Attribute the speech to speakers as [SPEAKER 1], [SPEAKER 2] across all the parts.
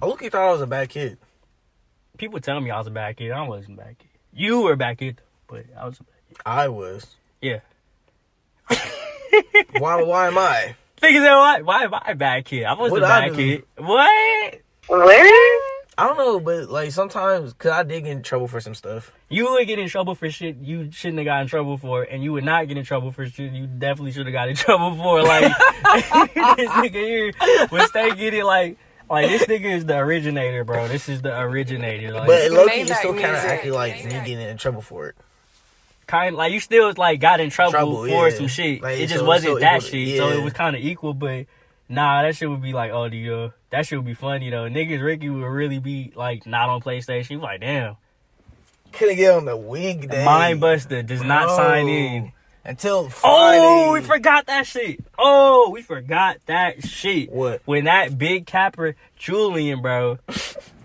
[SPEAKER 1] Aluki thought I was a bad kid.
[SPEAKER 2] People tell me I was a bad kid. I wasn't a bad kid. You were a bad kid, but I was a bad kid.
[SPEAKER 1] I was.
[SPEAKER 2] Yeah.
[SPEAKER 1] Why? Why am I?
[SPEAKER 2] Figure out why, why am I a bad kid? I wasn't
[SPEAKER 1] What
[SPEAKER 2] a
[SPEAKER 1] I
[SPEAKER 2] bad
[SPEAKER 1] do?
[SPEAKER 2] kid. What?
[SPEAKER 3] Where?
[SPEAKER 1] I don't know, but like sometimes, cause I did get in trouble for some stuff.
[SPEAKER 2] You would get in trouble for shit you shouldn't have got in trouble for, and you would not get in trouble for shit you definitely should have got in trouble for. Like this nigga here, when they get it, like like this nigga is the originator, bro. This is the originator. Like
[SPEAKER 1] But Loki
[SPEAKER 3] Maybach
[SPEAKER 1] still kind of
[SPEAKER 3] music.
[SPEAKER 1] acted like me getting in trouble for it.
[SPEAKER 2] kind like you still like got in trouble,
[SPEAKER 1] Trouble,
[SPEAKER 2] for
[SPEAKER 1] yeah.
[SPEAKER 2] some shit.
[SPEAKER 1] Like,
[SPEAKER 2] it
[SPEAKER 1] so
[SPEAKER 2] just
[SPEAKER 1] it's
[SPEAKER 2] wasn't
[SPEAKER 1] still
[SPEAKER 2] that
[SPEAKER 1] equal to-
[SPEAKER 2] shit, so
[SPEAKER 1] yeah.
[SPEAKER 2] it was kind of equal. But nah, that shit would be like, oh, the uh, that shit would be funny though. Niggas Ricky would really be like not on PlayStation. He was like, damn,
[SPEAKER 1] Couldn't get on the wing day.
[SPEAKER 2] Mind Buster does not
[SPEAKER 1] No.
[SPEAKER 2] sign in.
[SPEAKER 1] until Friday.
[SPEAKER 2] Oh, we forgot that shit. Oh, we forgot that shit.
[SPEAKER 1] What?
[SPEAKER 2] When that big capper Julian, bro,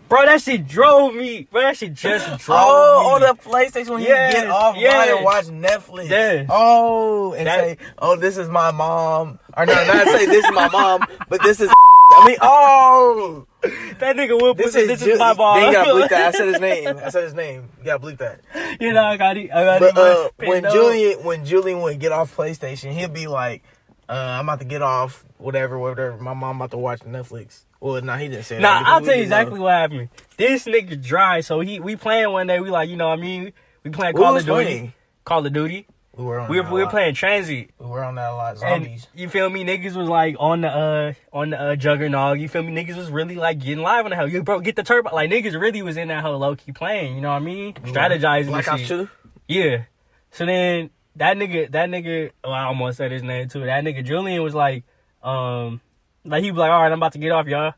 [SPEAKER 2] bro, that shit drove me. Bro, that shit just drove
[SPEAKER 1] Oh, on
[SPEAKER 2] me.
[SPEAKER 1] the PlayStation when
[SPEAKER 2] Yes,
[SPEAKER 1] you get offline
[SPEAKER 2] yes.
[SPEAKER 1] and watch Netflix.
[SPEAKER 2] Yes.
[SPEAKER 1] Oh, and
[SPEAKER 2] That-
[SPEAKER 1] say, "Oh, this is my mom," or no, not say this is my mom, but this is. I mean, oh,
[SPEAKER 2] that nigga will put
[SPEAKER 1] this
[SPEAKER 2] this.
[SPEAKER 1] is
[SPEAKER 2] This
[SPEAKER 1] Ju-
[SPEAKER 2] is my ball.
[SPEAKER 1] Then you gotta bleep that. I said his name. I said his name. You gotta bleep that.
[SPEAKER 2] you know, I got it. I got
[SPEAKER 1] But
[SPEAKER 2] it,
[SPEAKER 1] uh,
[SPEAKER 2] man.
[SPEAKER 1] when
[SPEAKER 2] No.
[SPEAKER 1] Julian when Julian would get off PlayStation, he'd be like, uh, "I'm about to get off whatever, whatever. My mom about to watch Netflix." Well, no, he didn't say that.
[SPEAKER 2] Nah,
[SPEAKER 1] because
[SPEAKER 2] I'll
[SPEAKER 1] we
[SPEAKER 2] tell you
[SPEAKER 1] didn't know.
[SPEAKER 2] exactly what happened. This nigga dry, so he we playing one day. We like, you know what I mean? We playing
[SPEAKER 1] We
[SPEAKER 2] Call
[SPEAKER 1] was
[SPEAKER 2] of Duty.
[SPEAKER 1] playing.
[SPEAKER 2] Call of Duty.
[SPEAKER 1] We were on.
[SPEAKER 2] We
[SPEAKER 1] that
[SPEAKER 2] were,
[SPEAKER 1] a
[SPEAKER 2] we were
[SPEAKER 1] lot.
[SPEAKER 2] playing Transit.
[SPEAKER 1] We were on that a lot.
[SPEAKER 2] And
[SPEAKER 1] Zombies.
[SPEAKER 2] you feel me? Niggas was like on the uh on the uh, juggernaut. You feel me? Niggas was really like getting live on the hell. You bro, get the turbo. Like niggas really was in that whole low key playing. You know what I mean? Strategizing.
[SPEAKER 1] Black
[SPEAKER 2] and
[SPEAKER 1] Ops
[SPEAKER 2] shit.
[SPEAKER 1] Two.
[SPEAKER 2] Yeah. So then that nigga, that nigga, oh, I almost said his name too. That nigga Julian was like, um, like he was like, all right, I'm about to get off, y'all.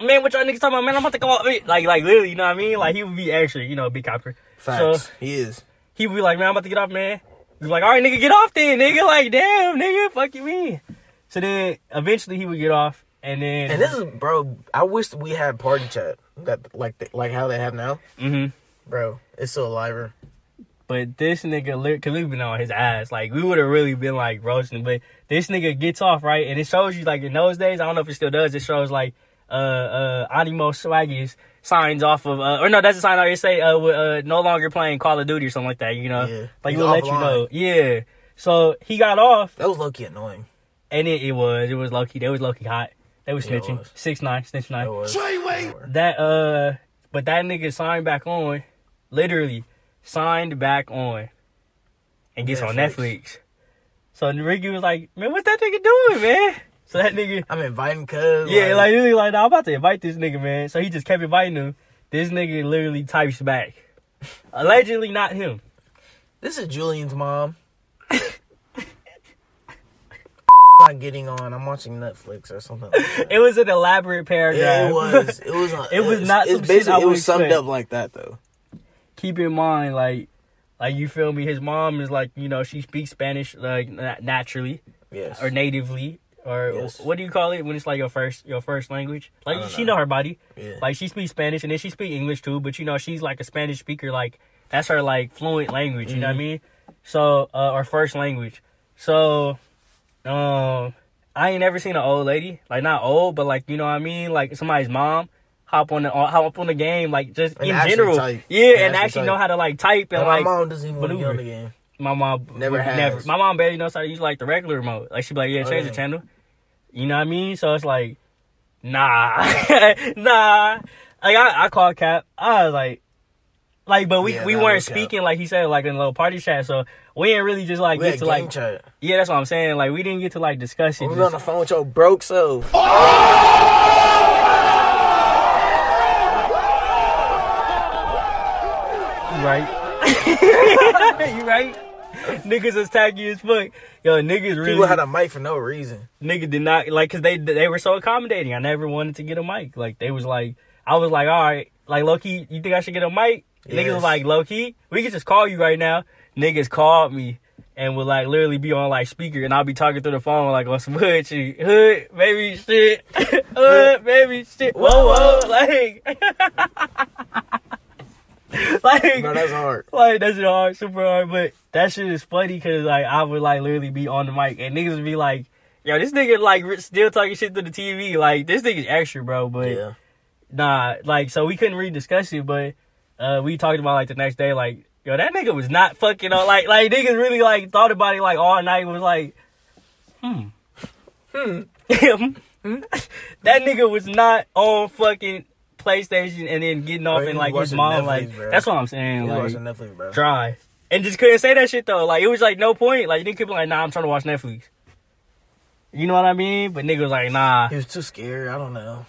[SPEAKER 2] Man, what y'all niggas talking about? Man, I'm about to go off. Like, like literally, you know what I mean? Like he would be extra, you know, big copper.
[SPEAKER 1] Facts.
[SPEAKER 2] So
[SPEAKER 1] he is.
[SPEAKER 2] he would be like, man, I'm about to get off, man. He's like, all right, nigga, get off then, nigga. Like, damn, nigga, fuck you mean? So then eventually he would get off, and then
[SPEAKER 1] And this is, bro. I wish we had party chat that like th- like how they have now,
[SPEAKER 2] hmm
[SPEAKER 1] bro. It's so alive.
[SPEAKER 2] But this nigga, lit- cause we've been on his ass. Like we would have really been like roasting. But this nigga gets off right, and it shows you like in those days. I don't know if it still does. It shows like uh uh Animo Swaggies signs off of uh, or no, that's a sign off. It say uh, with, uh no longer playing Call of Duty or something like that. You know,
[SPEAKER 1] Yeah.
[SPEAKER 2] like
[SPEAKER 1] He's
[SPEAKER 2] we'll let you
[SPEAKER 1] offline.
[SPEAKER 2] know. Yeah. So he got off,
[SPEAKER 1] That was low key annoying.
[SPEAKER 2] and it, it was it was low key. They was low key hot. They was
[SPEAKER 1] Yeah, it
[SPEAKER 2] snitching
[SPEAKER 1] was.
[SPEAKER 2] six nine snitch nine.
[SPEAKER 1] It was.
[SPEAKER 2] That uh, but that nigga signed back on, literally signed back on, and gets on
[SPEAKER 1] Netflix.
[SPEAKER 2] Netflix. So Ricky was like, "Man, what's that nigga doing, man?" So that nigga,
[SPEAKER 1] I'm inviting cuz.
[SPEAKER 2] yeah, like literally, like nah, I'm about to invite this nigga, man. So he just kept inviting him. This nigga literally types back, allegedly not him.
[SPEAKER 1] this is Julian's mom. not getting on. I'm watching Netflix or something. Like that.
[SPEAKER 2] It was an elaborate paragraph.
[SPEAKER 1] Yeah, it was. It was. uh,
[SPEAKER 2] It was
[SPEAKER 1] it's-
[SPEAKER 2] not
[SPEAKER 1] It's
[SPEAKER 2] some shit
[SPEAKER 1] basically
[SPEAKER 2] I
[SPEAKER 1] it
[SPEAKER 2] would
[SPEAKER 1] was summed
[SPEAKER 2] expect.
[SPEAKER 1] up like that though.
[SPEAKER 2] keep in mind, like, like you feel me. His mom is like, you know, she speaks Spanish like na- naturally.
[SPEAKER 1] Yes.
[SPEAKER 2] or natively or
[SPEAKER 1] Yes.
[SPEAKER 2] what do you call it when it's like your first your first language like
[SPEAKER 1] don't
[SPEAKER 2] she
[SPEAKER 1] know.
[SPEAKER 2] know her body
[SPEAKER 1] Yeah.
[SPEAKER 2] like she speaks spanish and then she speaks english too but you know she's like a spanish speaker like that's her like fluent language you know what
[SPEAKER 1] Mm-hmm.
[SPEAKER 2] i mean so uh or first language so um i ain't never seen an old lady like not old but like you know what i mean like somebody's mom hop on the hop up on the game like just
[SPEAKER 1] And
[SPEAKER 2] in
[SPEAKER 1] actually
[SPEAKER 2] general
[SPEAKER 1] type.
[SPEAKER 2] yeah
[SPEAKER 1] And
[SPEAKER 2] and,
[SPEAKER 1] actually
[SPEAKER 2] actually know
[SPEAKER 1] type.
[SPEAKER 2] how to like type and
[SPEAKER 1] But
[SPEAKER 2] like
[SPEAKER 1] my mom doesn't even want to get on
[SPEAKER 2] maneuver.
[SPEAKER 1] the game.
[SPEAKER 2] my mom
[SPEAKER 1] Never
[SPEAKER 2] would
[SPEAKER 1] has.
[SPEAKER 2] Never. My mom barely knows how to use like the regular remote. Like she'd be like, yeah,
[SPEAKER 1] Oh,
[SPEAKER 2] change
[SPEAKER 1] yeah.
[SPEAKER 2] the channel. You know what I mean? So it's like, nah, nah. Like I, I called Cap. I was like, like, but we,
[SPEAKER 1] Yeah,
[SPEAKER 2] we
[SPEAKER 1] that
[SPEAKER 2] weren't
[SPEAKER 1] was Cap.
[SPEAKER 2] speaking like he said, like in a little party chat. So we ain't really just like
[SPEAKER 1] We
[SPEAKER 2] get
[SPEAKER 1] had
[SPEAKER 2] to
[SPEAKER 1] game
[SPEAKER 2] like,
[SPEAKER 1] chat. Oh,
[SPEAKER 2] yeah, that's what I'm saying. Like we didn't get to like discuss it.
[SPEAKER 1] We were
[SPEAKER 2] just-
[SPEAKER 1] on the phone with your broke so.
[SPEAKER 2] You right? you right? Niggas was tacky as fuck. Yo, niggas really.
[SPEAKER 1] People had a mic for no reason.
[SPEAKER 2] nigga did not like because they they were so accommodating. I never wanted to get a mic. Like they was like, I was like, all right, like low key, you think I should get a mic? Niggas
[SPEAKER 1] Yes.
[SPEAKER 2] was like, low key, we can just call you right now. Niggas called me and would like literally be on like speaker, and I'll be talking through the phone like on some hood shit, hood baby shit, hood baby shit, whoa whoa, like. Like
[SPEAKER 1] Bro, that's hard.
[SPEAKER 2] like that's hard, super hard. But that shit is funny because like I would like literally be on the mic and niggas would be like, "Yo, this nigga like re- still talking shit to the TV. Like this nigga's extra, bro." But
[SPEAKER 1] Yeah.
[SPEAKER 2] Nah, like so we couldn't really discuss it, but uh, we talked about like the next day, like yo, that nigga was not fucking on. Like like niggas really like thought about it like all night. Was like, hmm, hmm, that nigga was not on fucking PlayStation and then getting off
[SPEAKER 1] Bro, he
[SPEAKER 2] and
[SPEAKER 1] was
[SPEAKER 2] like his
[SPEAKER 1] watching
[SPEAKER 2] mom
[SPEAKER 1] Netflix,
[SPEAKER 2] like
[SPEAKER 1] bro.
[SPEAKER 2] that's what I'm saying.
[SPEAKER 1] You
[SPEAKER 2] Like,
[SPEAKER 1] watching Netflix, bro.
[SPEAKER 2] dry. And just couldn't say that shit though. Like it was like no point. Like you could be like, nah, I'm trying to watch Netflix. You know what I mean? But nigga was like, nah.
[SPEAKER 1] He was too scared. I don't know.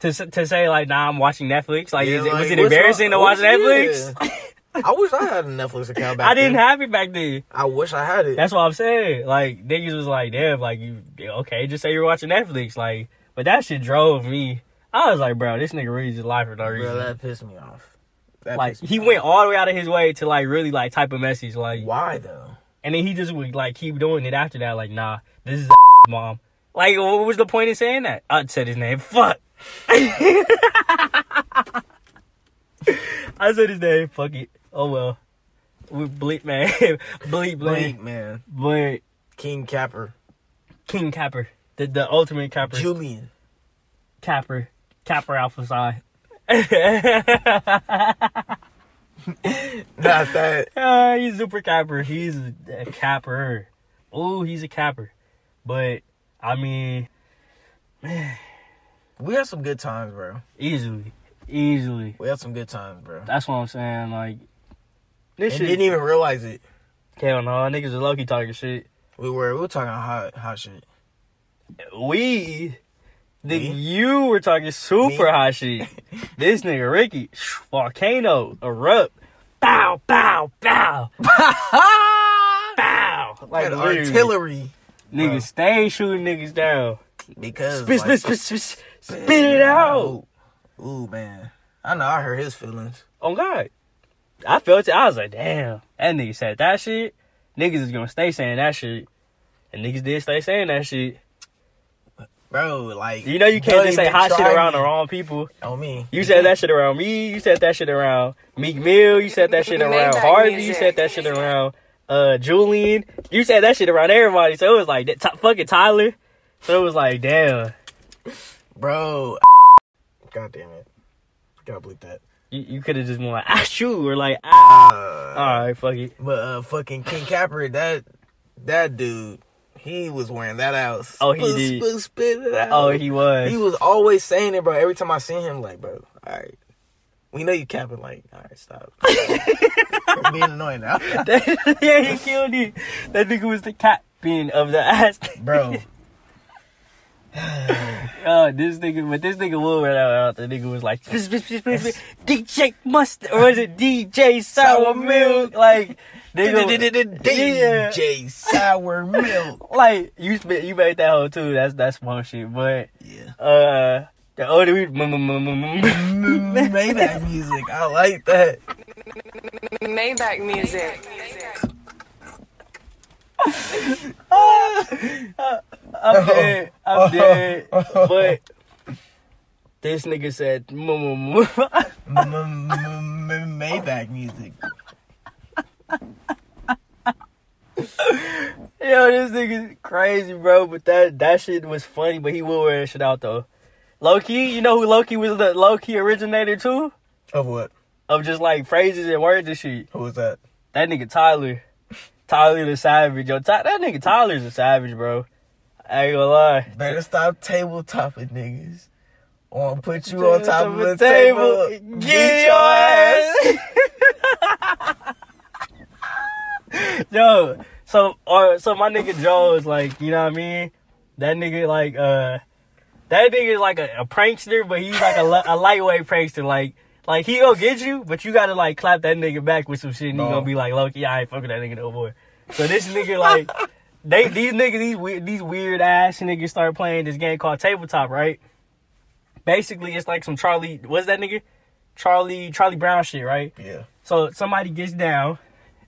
[SPEAKER 2] To s- to say like, nah, I'm watching Netflix. Like,
[SPEAKER 1] Yeah,
[SPEAKER 2] is it, was
[SPEAKER 1] like,
[SPEAKER 2] it
[SPEAKER 1] what's
[SPEAKER 2] embarrassing
[SPEAKER 1] wrong-
[SPEAKER 2] to watch
[SPEAKER 1] what's-
[SPEAKER 2] Netflix?
[SPEAKER 1] I wish I had a Netflix account back
[SPEAKER 2] I didn't
[SPEAKER 1] then.
[SPEAKER 2] have it back then.
[SPEAKER 1] I wish I had it.
[SPEAKER 2] That's what I'm saying. Like niggas was like, damn, like you okay? Just say you're watching Netflix. Like, but that shit drove me. I was like, bro, this nigga really just lied for no
[SPEAKER 1] bro,
[SPEAKER 2] reason.
[SPEAKER 1] that pissed me off. That
[SPEAKER 2] like
[SPEAKER 1] pissed me
[SPEAKER 2] he
[SPEAKER 1] off.
[SPEAKER 2] went all the way out of his way to like really like type a message like
[SPEAKER 1] Why though?
[SPEAKER 2] And then he just would like keep doing it after that. Like, nah, this is mom. Like, what was the point in saying that? I said his name. Fuck. I said his name. Fuck it. Oh well. We bleep man. bleep bleep.
[SPEAKER 1] Blake, man.
[SPEAKER 2] But
[SPEAKER 1] King Capper.
[SPEAKER 2] King Capper, the the ultimate Capper,
[SPEAKER 1] Julian.
[SPEAKER 2] Capper, Capper Alpha Psi.
[SPEAKER 1] Not that.
[SPEAKER 2] Uh, he's super capper. He's a, a capper. Oh, he's a capper. But I mean,
[SPEAKER 1] We had some good times, bro.
[SPEAKER 2] easily, easily.
[SPEAKER 1] We had some good times, bro.
[SPEAKER 2] That's what I'm saying. Like, this
[SPEAKER 1] And
[SPEAKER 2] shit.
[SPEAKER 1] didn't even realize it.
[SPEAKER 2] Hell no, niggas is low key talking shit.
[SPEAKER 1] We were we were talking hot hot shit.
[SPEAKER 2] We, nigga,
[SPEAKER 1] Me?
[SPEAKER 2] you were talking super
[SPEAKER 1] Me?
[SPEAKER 2] hot shit. this nigga Ricky, volcano erupt, bow, bow, bow, bow.
[SPEAKER 1] Like
[SPEAKER 2] Like literally,
[SPEAKER 1] artillery.
[SPEAKER 2] niggas
[SPEAKER 1] bro.
[SPEAKER 2] stay shooting niggas down.
[SPEAKER 1] Because
[SPEAKER 2] Spit,
[SPEAKER 1] like,
[SPEAKER 2] spit, spit, spit, spit, it out.
[SPEAKER 1] Ooh man. I know I hurt his feelings.
[SPEAKER 2] Oh God, I felt it. I was like, damn, that nigga said that shit. Niggas is gonna stay saying that shit, and niggas did stay saying that shit.
[SPEAKER 1] Bro, like
[SPEAKER 2] You know you can't
[SPEAKER 1] don't
[SPEAKER 2] just say
[SPEAKER 1] even
[SPEAKER 2] hot shit
[SPEAKER 1] try
[SPEAKER 2] around
[SPEAKER 1] me.
[SPEAKER 2] the wrong people.
[SPEAKER 1] on me.
[SPEAKER 2] You said that shit around me. You said that shit around Meek Mill. You said that shit
[SPEAKER 3] Maybach
[SPEAKER 2] around Harvey. You
[SPEAKER 3] music.
[SPEAKER 2] said that shit around uh Julian. You said that shit around everybody. So it was like that, t- fucking Tyler. So it was like damn.
[SPEAKER 1] Bro God damn it. Gotta bleep that.
[SPEAKER 2] You, you could have just been like, ah, shoot, or like, ah.
[SPEAKER 1] Uh,
[SPEAKER 2] All right, fuck it.
[SPEAKER 1] But uh, fucking King Capper, that that dude, he was wearing that out.
[SPEAKER 2] Oh, he
[SPEAKER 1] Spit,
[SPEAKER 2] did.
[SPEAKER 1] Spit, spit it out.
[SPEAKER 2] Oh, he was.
[SPEAKER 1] He was always saying it, bro. Every time I seen him, like, bro, all right, we know you capping. Like, all right, stop. I'm being annoying now,
[SPEAKER 2] yeah, he killed it. That nigga was the captain of the ass.
[SPEAKER 1] bro.
[SPEAKER 2] Oh, this nigga, but this nigga would wear that out. The nigga was like, "Piss, piss, piss, piss, piss, DJ Mustard, or was it DJ Sour
[SPEAKER 1] Sour
[SPEAKER 2] Milk?
[SPEAKER 1] Milk.
[SPEAKER 2] Like, nigga, Yeah.
[SPEAKER 1] DJ Sour Milk.
[SPEAKER 2] like you spit, you made that whole too. That's that's one shit. But
[SPEAKER 1] Yeah.
[SPEAKER 2] uh, the older we, mm, mm, mm, mm,
[SPEAKER 1] Made that music. I like that.
[SPEAKER 3] Maybach music.
[SPEAKER 2] I'm dead, I'm dead. But this nigga said, mm, mm, mm.
[SPEAKER 1] M- m- m- m- Maybach music.
[SPEAKER 2] yo, this nigga's crazy, bro. But that that shit was funny. But he will wear that shit out though. Loki, you know who Loki was the Loki originator too?
[SPEAKER 1] Of what?
[SPEAKER 2] of just like phrases and words and shit.
[SPEAKER 1] Who was that?
[SPEAKER 2] That nigga Tyler, Tyler the Savage, yo, Ty- that nigga Tyler's a savage, bro. I ain't gonna lie.
[SPEAKER 1] Better stop tabletopping niggas. Or I'll put you
[SPEAKER 2] Put
[SPEAKER 1] on
[SPEAKER 2] it
[SPEAKER 1] top
[SPEAKER 2] on
[SPEAKER 1] of the
[SPEAKER 2] the
[SPEAKER 1] table.
[SPEAKER 2] table.
[SPEAKER 1] Beat
[SPEAKER 2] Get your ass. Yo, so or so my nigga Joe is like, you know what I mean? That nigga like uh, that nigga is like a, a prankster, but he's like a, li- a lightweight prankster, like. Like he gonna get you, but you gotta like clap that nigga back with some shit, and you
[SPEAKER 1] No.
[SPEAKER 2] gonna be like, "Loki, I ain't fucking that nigga no more." So this nigga like, they these niggas these weird these weird ass niggas start playing this game called tabletop, right? Basically, it's like some Charlie. What's that nigga? Charlie Charlie Brown shit, right?
[SPEAKER 1] Yeah.
[SPEAKER 2] So somebody gets down,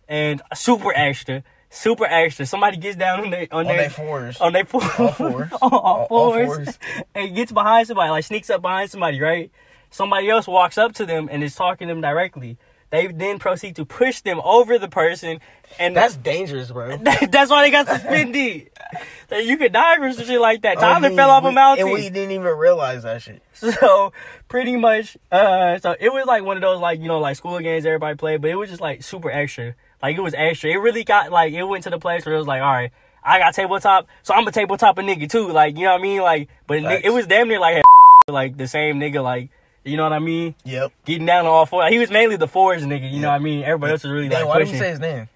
[SPEAKER 2] and super extra, super extra. Somebody gets down on their on,
[SPEAKER 1] On
[SPEAKER 2] their
[SPEAKER 1] their fours.
[SPEAKER 2] on their fours,
[SPEAKER 1] All fours.
[SPEAKER 2] on all
[SPEAKER 1] All- all
[SPEAKER 2] fours,
[SPEAKER 1] fours.
[SPEAKER 2] and gets behind somebody, like sneaks up behind somebody, right? Somebody else walks up to them and is talking to them directly. They then proceed to push them over the person, and
[SPEAKER 1] That's dangerous, bro.
[SPEAKER 2] that's why they got suspended. That you could die from some shit like that.
[SPEAKER 1] I
[SPEAKER 2] Tyler
[SPEAKER 1] mean,
[SPEAKER 2] fell off
[SPEAKER 1] we-
[SPEAKER 2] a mountain.
[SPEAKER 1] And we didn't even realize that shit.
[SPEAKER 2] So pretty much, uh, so it was like one of those like you know like school games everybody played, but it was just like super extra. Like it was extra. It really got like it went to the place where it was like, all right, I got tabletop, so I'm a tabletop a nigga too. Like you know what I mean? Like, but it,
[SPEAKER 1] Facts.
[SPEAKER 2] it was damn near like like the same nigga. Like you know what I mean?
[SPEAKER 1] Yep.
[SPEAKER 2] Getting down on all fours. He was mainly the fours nigga. You know what I mean? Everybody else was really
[SPEAKER 1] Damn,
[SPEAKER 2] like
[SPEAKER 1] why did you
[SPEAKER 2] pushing.
[SPEAKER 1] say his name?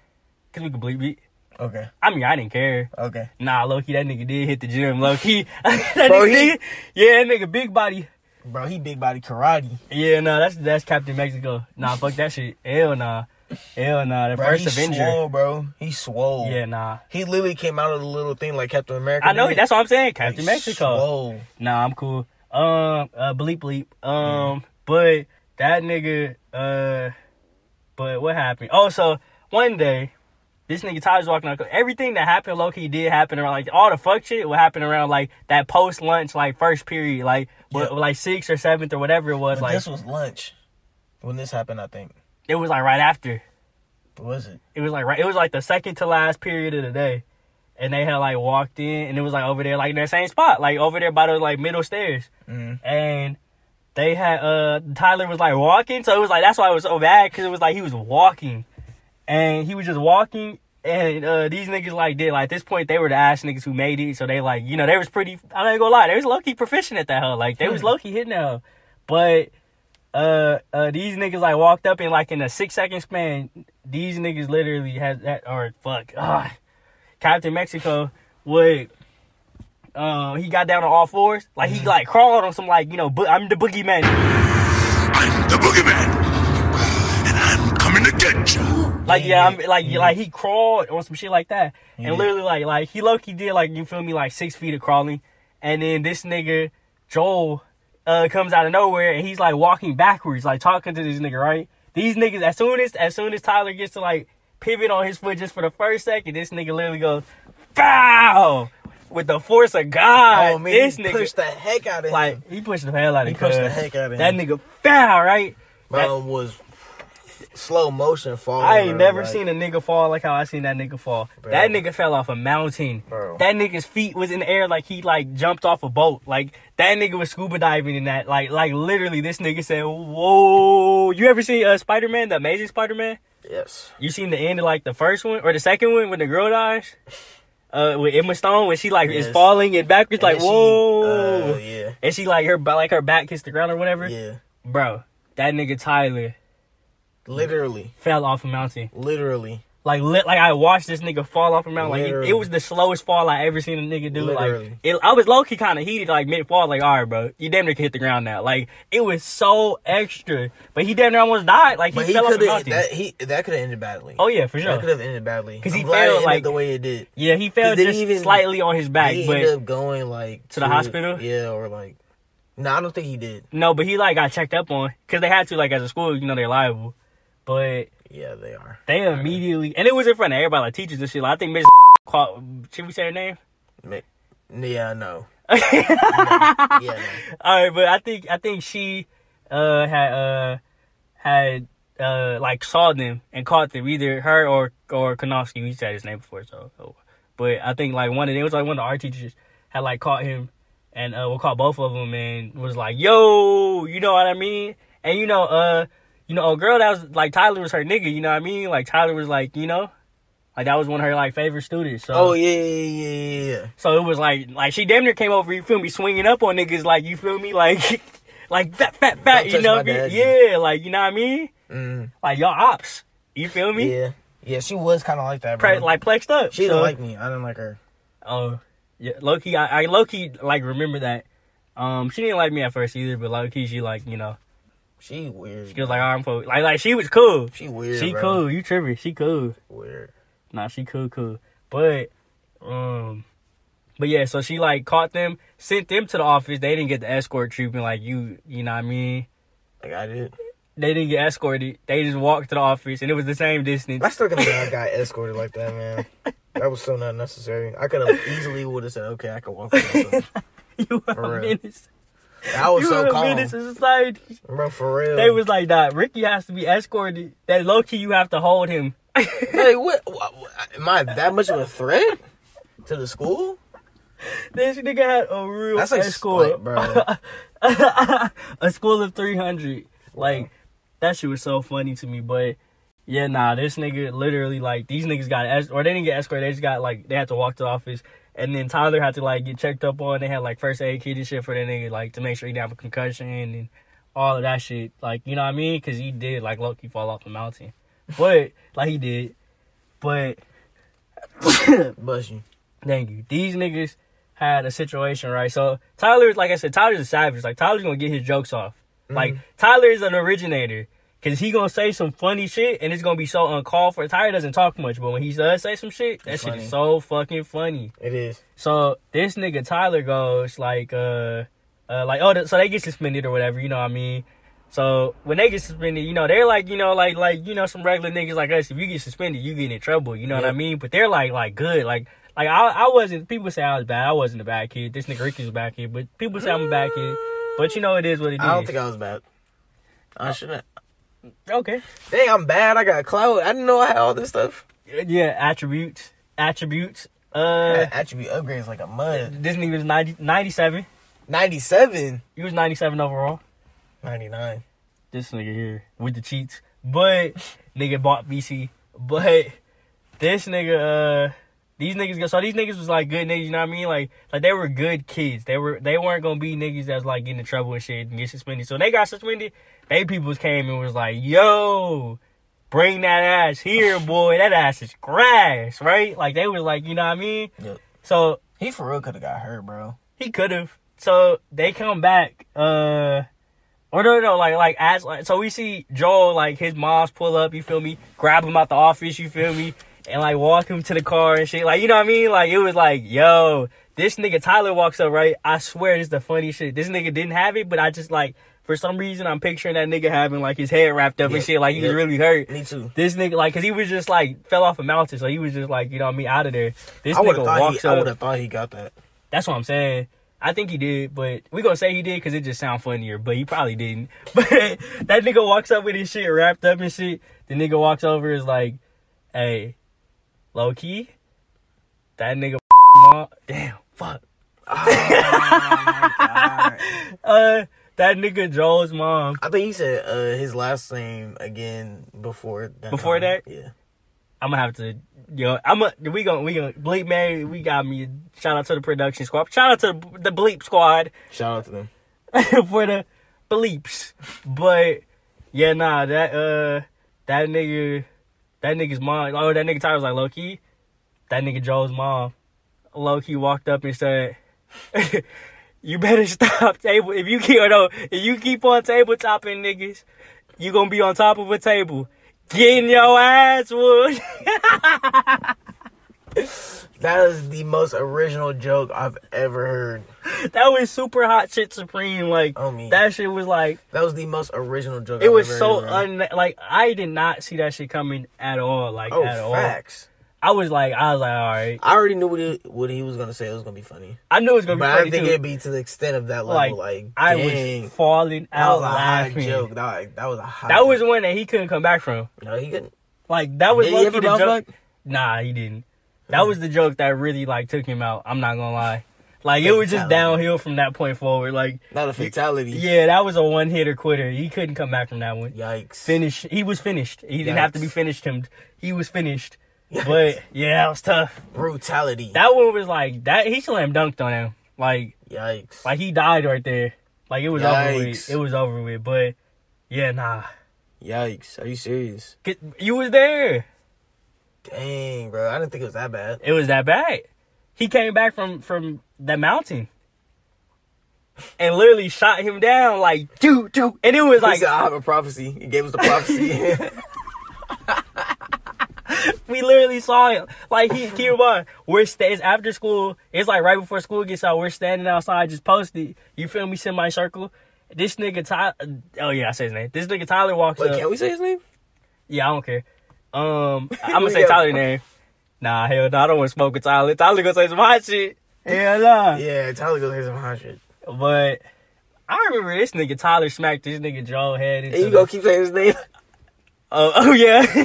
[SPEAKER 2] Cause we could bleep it.
[SPEAKER 1] Okay.
[SPEAKER 2] I mean, I didn't care.
[SPEAKER 1] Okay.
[SPEAKER 2] Nah, low key, that nigga did hit the gym. Low key, that
[SPEAKER 1] Bro, he-
[SPEAKER 2] nigga, yeah, that nigga big body.
[SPEAKER 1] Bro, he big body karate.
[SPEAKER 2] Yeah, no, that's that's Captain Mexico. Nah, fuck that shit. Hell nah. Hell nah. The
[SPEAKER 1] Bro,
[SPEAKER 2] first
[SPEAKER 1] he
[SPEAKER 2] Avenger.
[SPEAKER 1] swole, bro. He swole.
[SPEAKER 2] Yeah, nah.
[SPEAKER 1] He literally came out of the little thing like Captain America.
[SPEAKER 2] I know
[SPEAKER 1] did.
[SPEAKER 2] that's what I'm saying.
[SPEAKER 1] Like,
[SPEAKER 2] Captain Mexico.
[SPEAKER 1] Swole.
[SPEAKER 2] Nah, I'm cool. Um uh bleep bleep.
[SPEAKER 1] Mm-hmm.
[SPEAKER 2] Um but that nigga uh but what happened? Oh, so one day this nigga Tyler's walking out. Everything that happened, low key did happen around like all the fuck shit. What happened around like that post lunch, like first period, like what,
[SPEAKER 1] Yeah.
[SPEAKER 2] like sixth or seventh or whatever it was.
[SPEAKER 1] But
[SPEAKER 2] like
[SPEAKER 1] this was lunch when this happened, I think.
[SPEAKER 2] it was like right after.
[SPEAKER 1] Was it?
[SPEAKER 2] it was like right it was like the second to last period of the day and they had like walked in and it was like over there like in that same spot like over there by the like middle stairs
[SPEAKER 1] Mhm.
[SPEAKER 2] and they had uh tyler was like walking so it was like that's why it was so bad because it was like he was walking and he was just walking and uh these niggas like did like at this point they were the ass niggas who made it so they like you know they was pretty i ain't gonna lie they was low-key proficient at that hell like they was low-key hitting that hell but uh, uh, these niggas like walked up in like in a six second span. These niggas literally had that or fuck. ah. Captain Mexico would. Uh, he got down on all fours. Like he like crawled on some like you know. Bo- I'm the boogeyman.
[SPEAKER 4] I'm the boogeyman, and I'm coming to get you.
[SPEAKER 2] Like yeah, I'm like
[SPEAKER 1] Mm-hmm.
[SPEAKER 2] like he crawled on some shit like that. And literally like like he low key did like you feel me like six feet of crawling. And then this nigga Joel uh comes out of nowhere and he's like walking backwards like talking to this nigga right. These niggas as soon as as soon as Tyler gets to like pivot on his foot just for the first second, this nigga literally goes foul with the force of God.
[SPEAKER 1] oh man,
[SPEAKER 2] this
[SPEAKER 1] he
[SPEAKER 2] nigga
[SPEAKER 1] pushed the heck out of him.
[SPEAKER 2] Like he pushed the hell out of
[SPEAKER 1] He pushed the
[SPEAKER 2] cuz.
[SPEAKER 1] heck out of
[SPEAKER 2] That
[SPEAKER 1] him.
[SPEAKER 2] nigga foul, right?
[SPEAKER 1] Bro was slow motion fall.
[SPEAKER 2] I
[SPEAKER 1] bro,
[SPEAKER 2] ain't never
[SPEAKER 1] like-
[SPEAKER 2] seen a nigga fall like how I seen that nigga fall.
[SPEAKER 1] Bro.
[SPEAKER 2] That nigga fell off a mountain.
[SPEAKER 1] Bro.
[SPEAKER 2] That nigga's feet was in the air like he like jumped off a boat. Like that nigga was scuba diving in that. Like like literally, this nigga said, "Whoa!" You ever seen uh, Spider Man, the Amazing Spider Man?
[SPEAKER 1] Yes.
[SPEAKER 2] You seen the end of like the first one or the second one when the girl dies? Uh, with Emma Stone when she like is
[SPEAKER 1] Yes.
[SPEAKER 2] falling and backwards
[SPEAKER 1] And
[SPEAKER 2] like
[SPEAKER 1] she-
[SPEAKER 2] whoa,
[SPEAKER 1] uh, yeah.
[SPEAKER 2] and she like her ba- like her back hits the ground or whatever.
[SPEAKER 1] Yeah.
[SPEAKER 2] Bro, that nigga Tyler
[SPEAKER 1] Literally.
[SPEAKER 2] fell off a mountain.
[SPEAKER 1] Literally.
[SPEAKER 2] Like lit, like I watched this nigga fall off a mountain. Like it- it,
[SPEAKER 1] Literally.
[SPEAKER 2] was the slowest fall I ever seen a nigga do. Like
[SPEAKER 1] Literally.
[SPEAKER 2] it, I was low key kind of heated, like mid fall. Like all right, bro, you damn near can hit the ground now. Like it was so extra, but he damn near almost died. Like he,
[SPEAKER 1] But he
[SPEAKER 2] fell off a
[SPEAKER 1] could have
[SPEAKER 2] mountain.
[SPEAKER 1] that he that could have ended badly.
[SPEAKER 2] oh yeah, for
[SPEAKER 1] That could
[SPEAKER 2] sure.
[SPEAKER 1] have ended badly.
[SPEAKER 2] 'Cause he
[SPEAKER 1] I'm glad it
[SPEAKER 2] fell,
[SPEAKER 1] ended
[SPEAKER 2] like-
[SPEAKER 1] the way it did.
[SPEAKER 2] Yeah, he fell
[SPEAKER 1] Did he
[SPEAKER 2] just
[SPEAKER 1] even-
[SPEAKER 2] slightly on his back,
[SPEAKER 1] he
[SPEAKER 2] but
[SPEAKER 1] ended up going like
[SPEAKER 2] To the hospital?
[SPEAKER 1] Yeah, or like no, I don't think he did.
[SPEAKER 2] no, but he like got checked up on because they had to like as a school, you know, they're liable. But
[SPEAKER 1] Yeah, they are.
[SPEAKER 2] they immediately and it was in front of everybody, like teachers and shit. Like I think Miss called. Should we say her name?
[SPEAKER 1] Ma- Yeah, no. no. Yeah, no.
[SPEAKER 2] All right, but I think I think she uh had uh had uh like saw them and caught them either her or or Konofsky. We said his name before, so so- but I think like one of them, it was like one of our teachers had like caught him and uh well caught both of them and was like yo, you know what I mean? And you know uh you know a girl that was like Tyler was her nigga, you know what I mean? Like Tyler was like you know like that was one of her like favorite students. So
[SPEAKER 1] Oh yeah, yeah, yeah, yeah, yeah.
[SPEAKER 2] so it was like, like she damn near came over. You feel me? Swinging up on niggas, like you feel me? Like, like fat, fat, fat.
[SPEAKER 1] Don't
[SPEAKER 2] you
[SPEAKER 1] touch
[SPEAKER 2] know
[SPEAKER 1] my
[SPEAKER 2] what I mean?
[SPEAKER 1] dad.
[SPEAKER 2] Yeah, like you know what I mean?
[SPEAKER 1] Mm,
[SPEAKER 2] Like y'all ops. You feel me?
[SPEAKER 1] yeah. Yeah, she was kind of like that, bro.
[SPEAKER 2] Pre- like plexed up.
[SPEAKER 1] she didn't
[SPEAKER 2] So-
[SPEAKER 1] like me. I didn't like her.
[SPEAKER 2] Oh, yeah. Low key, I, I low key like remember that. Um, she didn't like me at first either, but low key she like you know
[SPEAKER 1] She weird.
[SPEAKER 2] she was like, "All right, I'm cool." Like, like she was cool.
[SPEAKER 1] she weird.
[SPEAKER 2] she
[SPEAKER 1] bro.
[SPEAKER 2] cool. You tripping? She cool.
[SPEAKER 1] Weird.
[SPEAKER 2] Nah, she cool, cool. But, um, but yeah, so she like caught them, sent them to the office. They didn't get the escort treatment, like you, you know what I mean?
[SPEAKER 1] Like I did.
[SPEAKER 2] They didn't get escorted. They just walked to the office, and it was the same distance.
[SPEAKER 1] I still can't believe I got escorted like that, man. That was so not necessary. I could have easily would have said, okay, I could walk. away.
[SPEAKER 2] you are
[SPEAKER 1] For
[SPEAKER 2] a
[SPEAKER 1] real.
[SPEAKER 2] menace.
[SPEAKER 1] I was
[SPEAKER 2] you
[SPEAKER 1] so
[SPEAKER 2] were a
[SPEAKER 1] calm,
[SPEAKER 2] menace to society.
[SPEAKER 1] bro. For real,
[SPEAKER 2] They was like, nah, Ricky has to be escorted. That low key, you have to hold him.
[SPEAKER 1] like, what, what, what- Am I that much of a threat to the school?
[SPEAKER 2] This nigga had a real
[SPEAKER 1] That's like, like,
[SPEAKER 2] escort,
[SPEAKER 1] bro.
[SPEAKER 2] a school of 300. Like, that shit was so funny to me, but yeah, nah, this nigga literally, like, these niggas got, es- or they didn't get escorted, they just got, like, they had to walk to the office. And then Tyler had to, like, get checked up on. They had, like, first aid kit and shit for that nigga, like, to make sure he didn't have a concussion and all of that shit. Like, you know what I mean? Because he did, like, low key fall off the mountain. But, like, he did. But,
[SPEAKER 1] Bless you.
[SPEAKER 2] Thank you. These niggas had a situation, right? So Tyler, like I said, Tyler's a savage. Like Tyler's gonna get his jokes off. Like Tyler is an originator. Cause he gonna say some funny shit and it's gonna be so uncalled for. Tyler doesn't talk much, but when he does say some shit, that shit
[SPEAKER 1] funny.
[SPEAKER 2] is so fucking funny.
[SPEAKER 1] It is.
[SPEAKER 2] So this nigga Tyler goes like, uh, uh like oh, th- so they get suspended or whatever, you know what I mean? So when they get suspended, you know they're like, you know, like like you know some regular niggas like us. If you get suspended, you get in trouble, you know what I
[SPEAKER 1] Yeah.
[SPEAKER 2] mean? But they're like like good, like like I I wasn't. People say I was bad. I wasn't a bad kid. This nigga Ricky's a bad kid, but people say I'm a bad kid. But you know it is what it is. Uh,
[SPEAKER 1] I don't think I was bad. I shouldn't.
[SPEAKER 2] okay.
[SPEAKER 1] Dang, I'm bad. I got clout. I didn't know I had all this stuff.
[SPEAKER 2] Yeah, attributes, attributes.
[SPEAKER 1] I
[SPEAKER 2] Uh,
[SPEAKER 1] had attribute upgrades like a mud.
[SPEAKER 2] this nigga was 90, 97.
[SPEAKER 1] 97,
[SPEAKER 2] He was ninety seven overall.
[SPEAKER 1] 99.
[SPEAKER 2] this nigga here with the cheats. But nigga bought VC. But this nigga, uh, these niggas go. So these niggas was like good niggas. You know what I mean? Like, like they were good kids. They were they weren't gonna be niggas that's like getting in trouble and shit and get suspended. So when they got suspended. They peoples came and was like, yo. Bring that ass here, boy. That ass is grass, right? Like they was like, you know what I mean.
[SPEAKER 1] Yep.
[SPEAKER 2] So
[SPEAKER 1] He for real could have got hurt, bro.
[SPEAKER 2] he could have. So they come back. Uh, or no, no, like like as like, so we see Joel like his mom's pull up. You feel me? Grab him out the office. You feel me? And like walk him to the car and shit. Like you know what I mean? Like it was like yo, this nigga Tyler walks up right. I swear this is the funny shit. This nigga didn't have it, but I just like. For some reason, I'm picturing that nigga having like his head wrapped up
[SPEAKER 1] Yeah,
[SPEAKER 2] and shit, like he was
[SPEAKER 1] yeah.
[SPEAKER 2] really hurt.
[SPEAKER 1] Me too.
[SPEAKER 2] This nigga, like, cause he was just like fell off a mountain, so he was just like, you know what I mean, out of there. This
[SPEAKER 1] I would
[SPEAKER 2] nigga
[SPEAKER 1] have thought
[SPEAKER 2] walks
[SPEAKER 1] he. I
[SPEAKER 2] up.
[SPEAKER 1] would have thought he got that.
[SPEAKER 2] That's what I'm saying. I think he did, but we gonna say he did because it just sound funnier. But he probably didn't. But that nigga walks up with his shit wrapped up and shit. The nigga walks over is like, "Hey, low key, that nigga mom, damn fuck, uh, that nigga Joel's mom."
[SPEAKER 1] I think he said uh, his last name again before that.
[SPEAKER 2] Before
[SPEAKER 1] time.
[SPEAKER 2] that?
[SPEAKER 1] yeah.
[SPEAKER 2] I'm gonna have to, yo, I'm gonna, we gonna, we gonna bleep man. We got me. Shout out to the production squad. Shout out to the bleep squad.
[SPEAKER 1] Shout out to them.
[SPEAKER 2] for the bleeps. But yeah, nah, that uh that nigga that nigga's mom oh that nigga Tyler's like low key. That nigga Joe's mom low key walked up and said You better stop table if you keep oh, no, if you keep on tabletopping niggas, you gonna be on top of a table. Getting your ass wood.
[SPEAKER 1] That is the most original joke I've ever heard.
[SPEAKER 2] that was super hot shit supreme. Like
[SPEAKER 1] Oh, me.
[SPEAKER 2] that shit was like
[SPEAKER 1] That was the most original joke.
[SPEAKER 2] it
[SPEAKER 1] I've
[SPEAKER 2] was
[SPEAKER 1] ever
[SPEAKER 2] so
[SPEAKER 1] heard, bro.
[SPEAKER 2] un like I did not see that shit coming at all. Like
[SPEAKER 1] Oh,
[SPEAKER 2] at all.
[SPEAKER 1] facts.
[SPEAKER 2] I was like, I was like, all right.
[SPEAKER 1] I already knew what he, what he was gonna say. It was gonna be funny,
[SPEAKER 2] I knew it was gonna
[SPEAKER 1] but
[SPEAKER 2] be
[SPEAKER 1] I
[SPEAKER 2] funny
[SPEAKER 1] didn't think
[SPEAKER 2] too.
[SPEAKER 1] it'd be to the extent of that
[SPEAKER 2] like,
[SPEAKER 1] level. Like,
[SPEAKER 2] I
[SPEAKER 1] dang,
[SPEAKER 2] was falling
[SPEAKER 1] that
[SPEAKER 2] out
[SPEAKER 1] was a high
[SPEAKER 2] laughing.
[SPEAKER 1] joke. That, was- that was a high.
[SPEAKER 2] That was one that he couldn't come back from.
[SPEAKER 1] no, he couldn't.
[SPEAKER 2] Like that was
[SPEAKER 1] Did he
[SPEAKER 2] low-key
[SPEAKER 1] ever
[SPEAKER 2] the
[SPEAKER 1] bounce
[SPEAKER 2] joke.
[SPEAKER 1] back?
[SPEAKER 2] Nah, he didn't. That was the joke that really like took him out. I'm not gonna lie. Like it was just
[SPEAKER 1] Fatality.
[SPEAKER 2] downhill from that point forward. Like
[SPEAKER 1] Not a fatality.
[SPEAKER 2] yeah, that was a one hitter quitter. He couldn't come back from that one.
[SPEAKER 1] Yikes.
[SPEAKER 2] Finish. He was finished. He didn't have to be
[SPEAKER 1] Yikes.
[SPEAKER 2] finished. Him. He was finished.
[SPEAKER 1] Yikes.
[SPEAKER 2] But yeah, that was tough.
[SPEAKER 1] Brutality.
[SPEAKER 2] That one was like that. He slam dunked on him. Like
[SPEAKER 1] Yikes.
[SPEAKER 2] Like he died right there. Like it was over with.
[SPEAKER 1] Yikes.
[SPEAKER 2] It was over with. But yeah, nah.
[SPEAKER 1] Yikes. Are you serious?
[SPEAKER 2] Get- You was there.
[SPEAKER 1] Dang, bro. I didn't think it was that bad.
[SPEAKER 2] It was that bad. He came back from from that mountain and literally shot him down like dude, dude. And it was
[SPEAKER 1] Like,
[SPEAKER 2] like
[SPEAKER 1] he said, I have a prophecy. He gave us the prophecy.
[SPEAKER 2] we literally saw him. Like he keep in mind, we're sta- it's after school. It's like right before school gets out. We're standing outside, just posted. You feel me? Semi-circle. This nigga Tyler. Oh yeah, I said his name. This nigga Tyler walks
[SPEAKER 1] Wait,
[SPEAKER 2] up.
[SPEAKER 1] can we say his name?
[SPEAKER 2] Yeah, I don't care. Um, I'm gonna
[SPEAKER 1] We
[SPEAKER 2] say
[SPEAKER 1] got-
[SPEAKER 2] Tyler name. Nah, hell no, I don't want to smoke with Tyler. Tyler gonna say some hot shit. Hell nah.
[SPEAKER 1] Yeah, Tyler goes hear some hot shit.
[SPEAKER 2] But I remember this nigga Tyler smacked this nigga Joe head. Into
[SPEAKER 1] And you
[SPEAKER 2] the-
[SPEAKER 1] gonna keep saying his name?
[SPEAKER 2] Oh, oh yeah.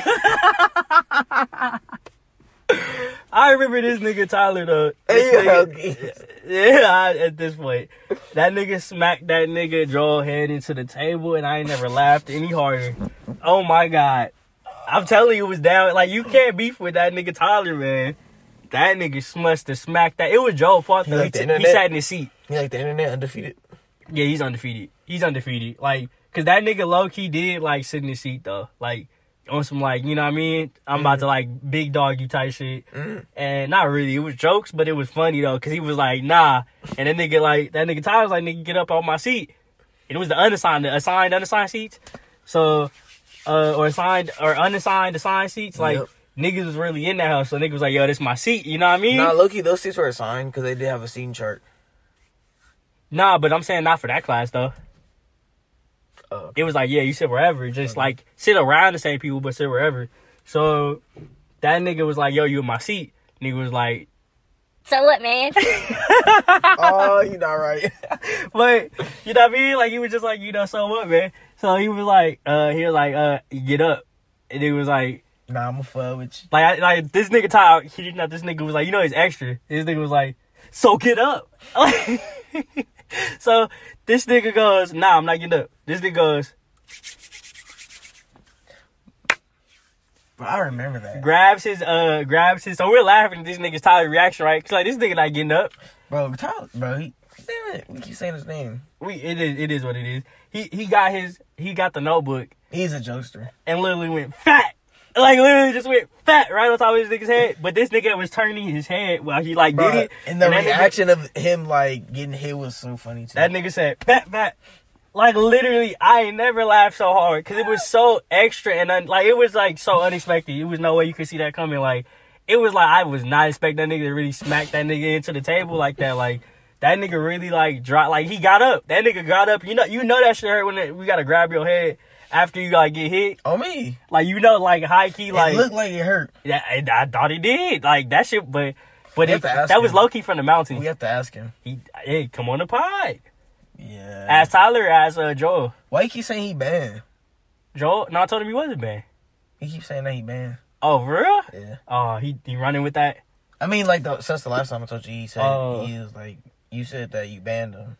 [SPEAKER 2] I remember this nigga Tyler though.
[SPEAKER 1] Hey,
[SPEAKER 2] This nigga-
[SPEAKER 1] okay.
[SPEAKER 2] yeah, I, at this point, that nigga smacked that nigga Joel head into the table, and I ain't never laughed any harder. Oh my god, I'm telling you, it was down. Like you can't beef with that nigga Tyler, man. That nigga smushed the smack that. It was Joel's fault though. He,
[SPEAKER 1] like the
[SPEAKER 2] t- he
[SPEAKER 1] internet.
[SPEAKER 2] sat in his seat.
[SPEAKER 1] You like the internet undefeated?
[SPEAKER 2] Yeah, he's undefeated. He's undefeated. Like, cause that nigga low key did like sit in his seat though. Like on some like, you know what I mean? I'm about
[SPEAKER 1] Mm-hmm.
[SPEAKER 2] to like big dog you type shit. And not really. It was jokes, but it was funny though, cause he was like, nah. And that nigga like that nigga Tyler was like, nigga, get up on my seat. And it was the unassigned, the assigned, unassigned seats. So uh or assigned or unassigned assigned seats, like
[SPEAKER 1] Yep.
[SPEAKER 2] niggas was really in that house. So niggas was like, yo, this my seat, you know what I mean?
[SPEAKER 1] Nah, Loki, those seats were assigned because they did have a scene chart.
[SPEAKER 2] Nah, but I'm saying not for that class though.
[SPEAKER 1] Oh.
[SPEAKER 2] It was like, yeah, you sit wherever. Just like sit around the same people, but sit wherever. So that nigga was like, yo, you in my seat. Nigga was like,
[SPEAKER 5] So what, man?
[SPEAKER 1] oh, you not right.
[SPEAKER 2] but you know what I mean? Like he was just like, you know, so what, man? So he was like, uh, he was like, uh, get up. And he was like,
[SPEAKER 1] nah, I'm a fuck with you.
[SPEAKER 2] like, I, like this nigga Ty, he did not. This nigga was like, you know, he's extra. This nigga was like, so get up. so this nigga goes, nah, I'm not getting up. This nigga goes,
[SPEAKER 1] But I remember that,
[SPEAKER 2] grabs his uh grabs his so we're laughing at this nigga's Tyler reaction, right? Cause like this nigga not getting up.
[SPEAKER 1] bro. Tyler, bro, he, damn it, we keep saying his name.
[SPEAKER 2] We it is it is what it is. He he got his he got the notebook
[SPEAKER 1] He's a jokester.
[SPEAKER 2] and literally went fat. Like literally just went fat right on top of this nigga's head. But this nigga was turning his head while he like did
[SPEAKER 1] Bro,
[SPEAKER 2] it.
[SPEAKER 1] and the
[SPEAKER 2] that nigga-
[SPEAKER 1] reaction of him like getting hit was so funny too.
[SPEAKER 2] that nigga said fat fat. Like literally, I ain't never laughed so hard because it was so extra and un- like it was like so unexpected. It was no way you could see that coming. Like it was like I was not expecting that nigga to really smack that nigga into the table like that. Like that nigga really like dropped. Like he got up. That nigga got up. You know, you know that shit hurt when it, we gotta grab your head after you like get hit.
[SPEAKER 1] on me,
[SPEAKER 2] Like you know, like high key,
[SPEAKER 1] like,
[SPEAKER 2] like
[SPEAKER 1] it looked like it hurt.
[SPEAKER 2] that, I, I thought he did. Like that shit, but but
[SPEAKER 1] We have
[SPEAKER 2] it,
[SPEAKER 1] to ask
[SPEAKER 2] that was
[SPEAKER 1] him.
[SPEAKER 2] low key from the mountain.
[SPEAKER 1] We have to ask him.
[SPEAKER 2] he, hey, come on the pod.
[SPEAKER 1] Yeah.
[SPEAKER 2] As Tyler, as uh, Joel.
[SPEAKER 1] Why you keep saying he banned?
[SPEAKER 2] Joel, no, I told him he wasn't banned.
[SPEAKER 1] He keep saying that he banned.
[SPEAKER 2] Oh, for real?
[SPEAKER 1] Yeah.
[SPEAKER 2] Oh, he he running with that.
[SPEAKER 1] I mean, like the, since the last time I told you, he said
[SPEAKER 2] Oh.
[SPEAKER 1] he was like you said that you banned him.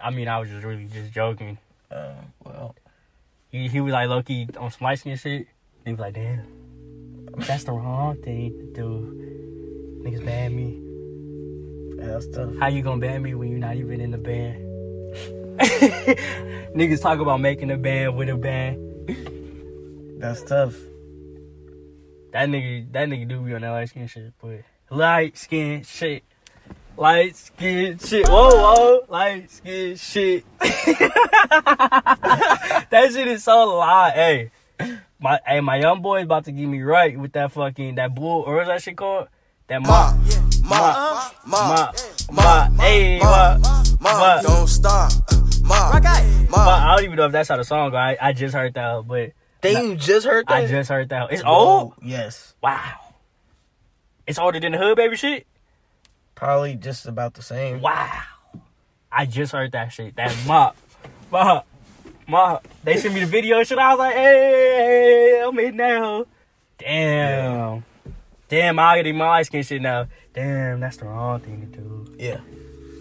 [SPEAKER 2] I mean, I was just really just joking.
[SPEAKER 1] Uh, well,
[SPEAKER 2] He he was like Loki on some light skin shit. He was like, damn, that's the wrong thing to do. Niggas ban me.
[SPEAKER 1] yeah, that's tough.
[SPEAKER 2] How you gonna ban me when you're not even in the band? Niggas talk about making a band with a band.
[SPEAKER 1] That's tough.
[SPEAKER 2] That nigga, that nigga do be on that light skin shit, but light skin shit, light skin shit. Whoa, whoa, light skin shit. that shit is so live. Hey, my hey, my young boy is about to get me right with that fucking that bull or what's that shit called? That mop, mop, mop, mop. Hey, mop, mop.
[SPEAKER 6] Don't stop. Ma,
[SPEAKER 2] But
[SPEAKER 6] ma,
[SPEAKER 2] I don't even know if that's how the song go. I, I just heard that, but
[SPEAKER 1] Then you just heard that.
[SPEAKER 2] I just heard that. It's
[SPEAKER 1] Oh
[SPEAKER 2] old.
[SPEAKER 1] yes,
[SPEAKER 2] Wow. It's older than the hood baby shit.
[SPEAKER 1] probably just about the same.
[SPEAKER 2] Wow. I just heard that shit. That mop. Mop. Mop. They sent me the video and shit. I was like, hey, I'm in that hoe. Damn. Damn, I already my light skin shit now. Damn, that's the wrong thing to do.
[SPEAKER 1] Yeah,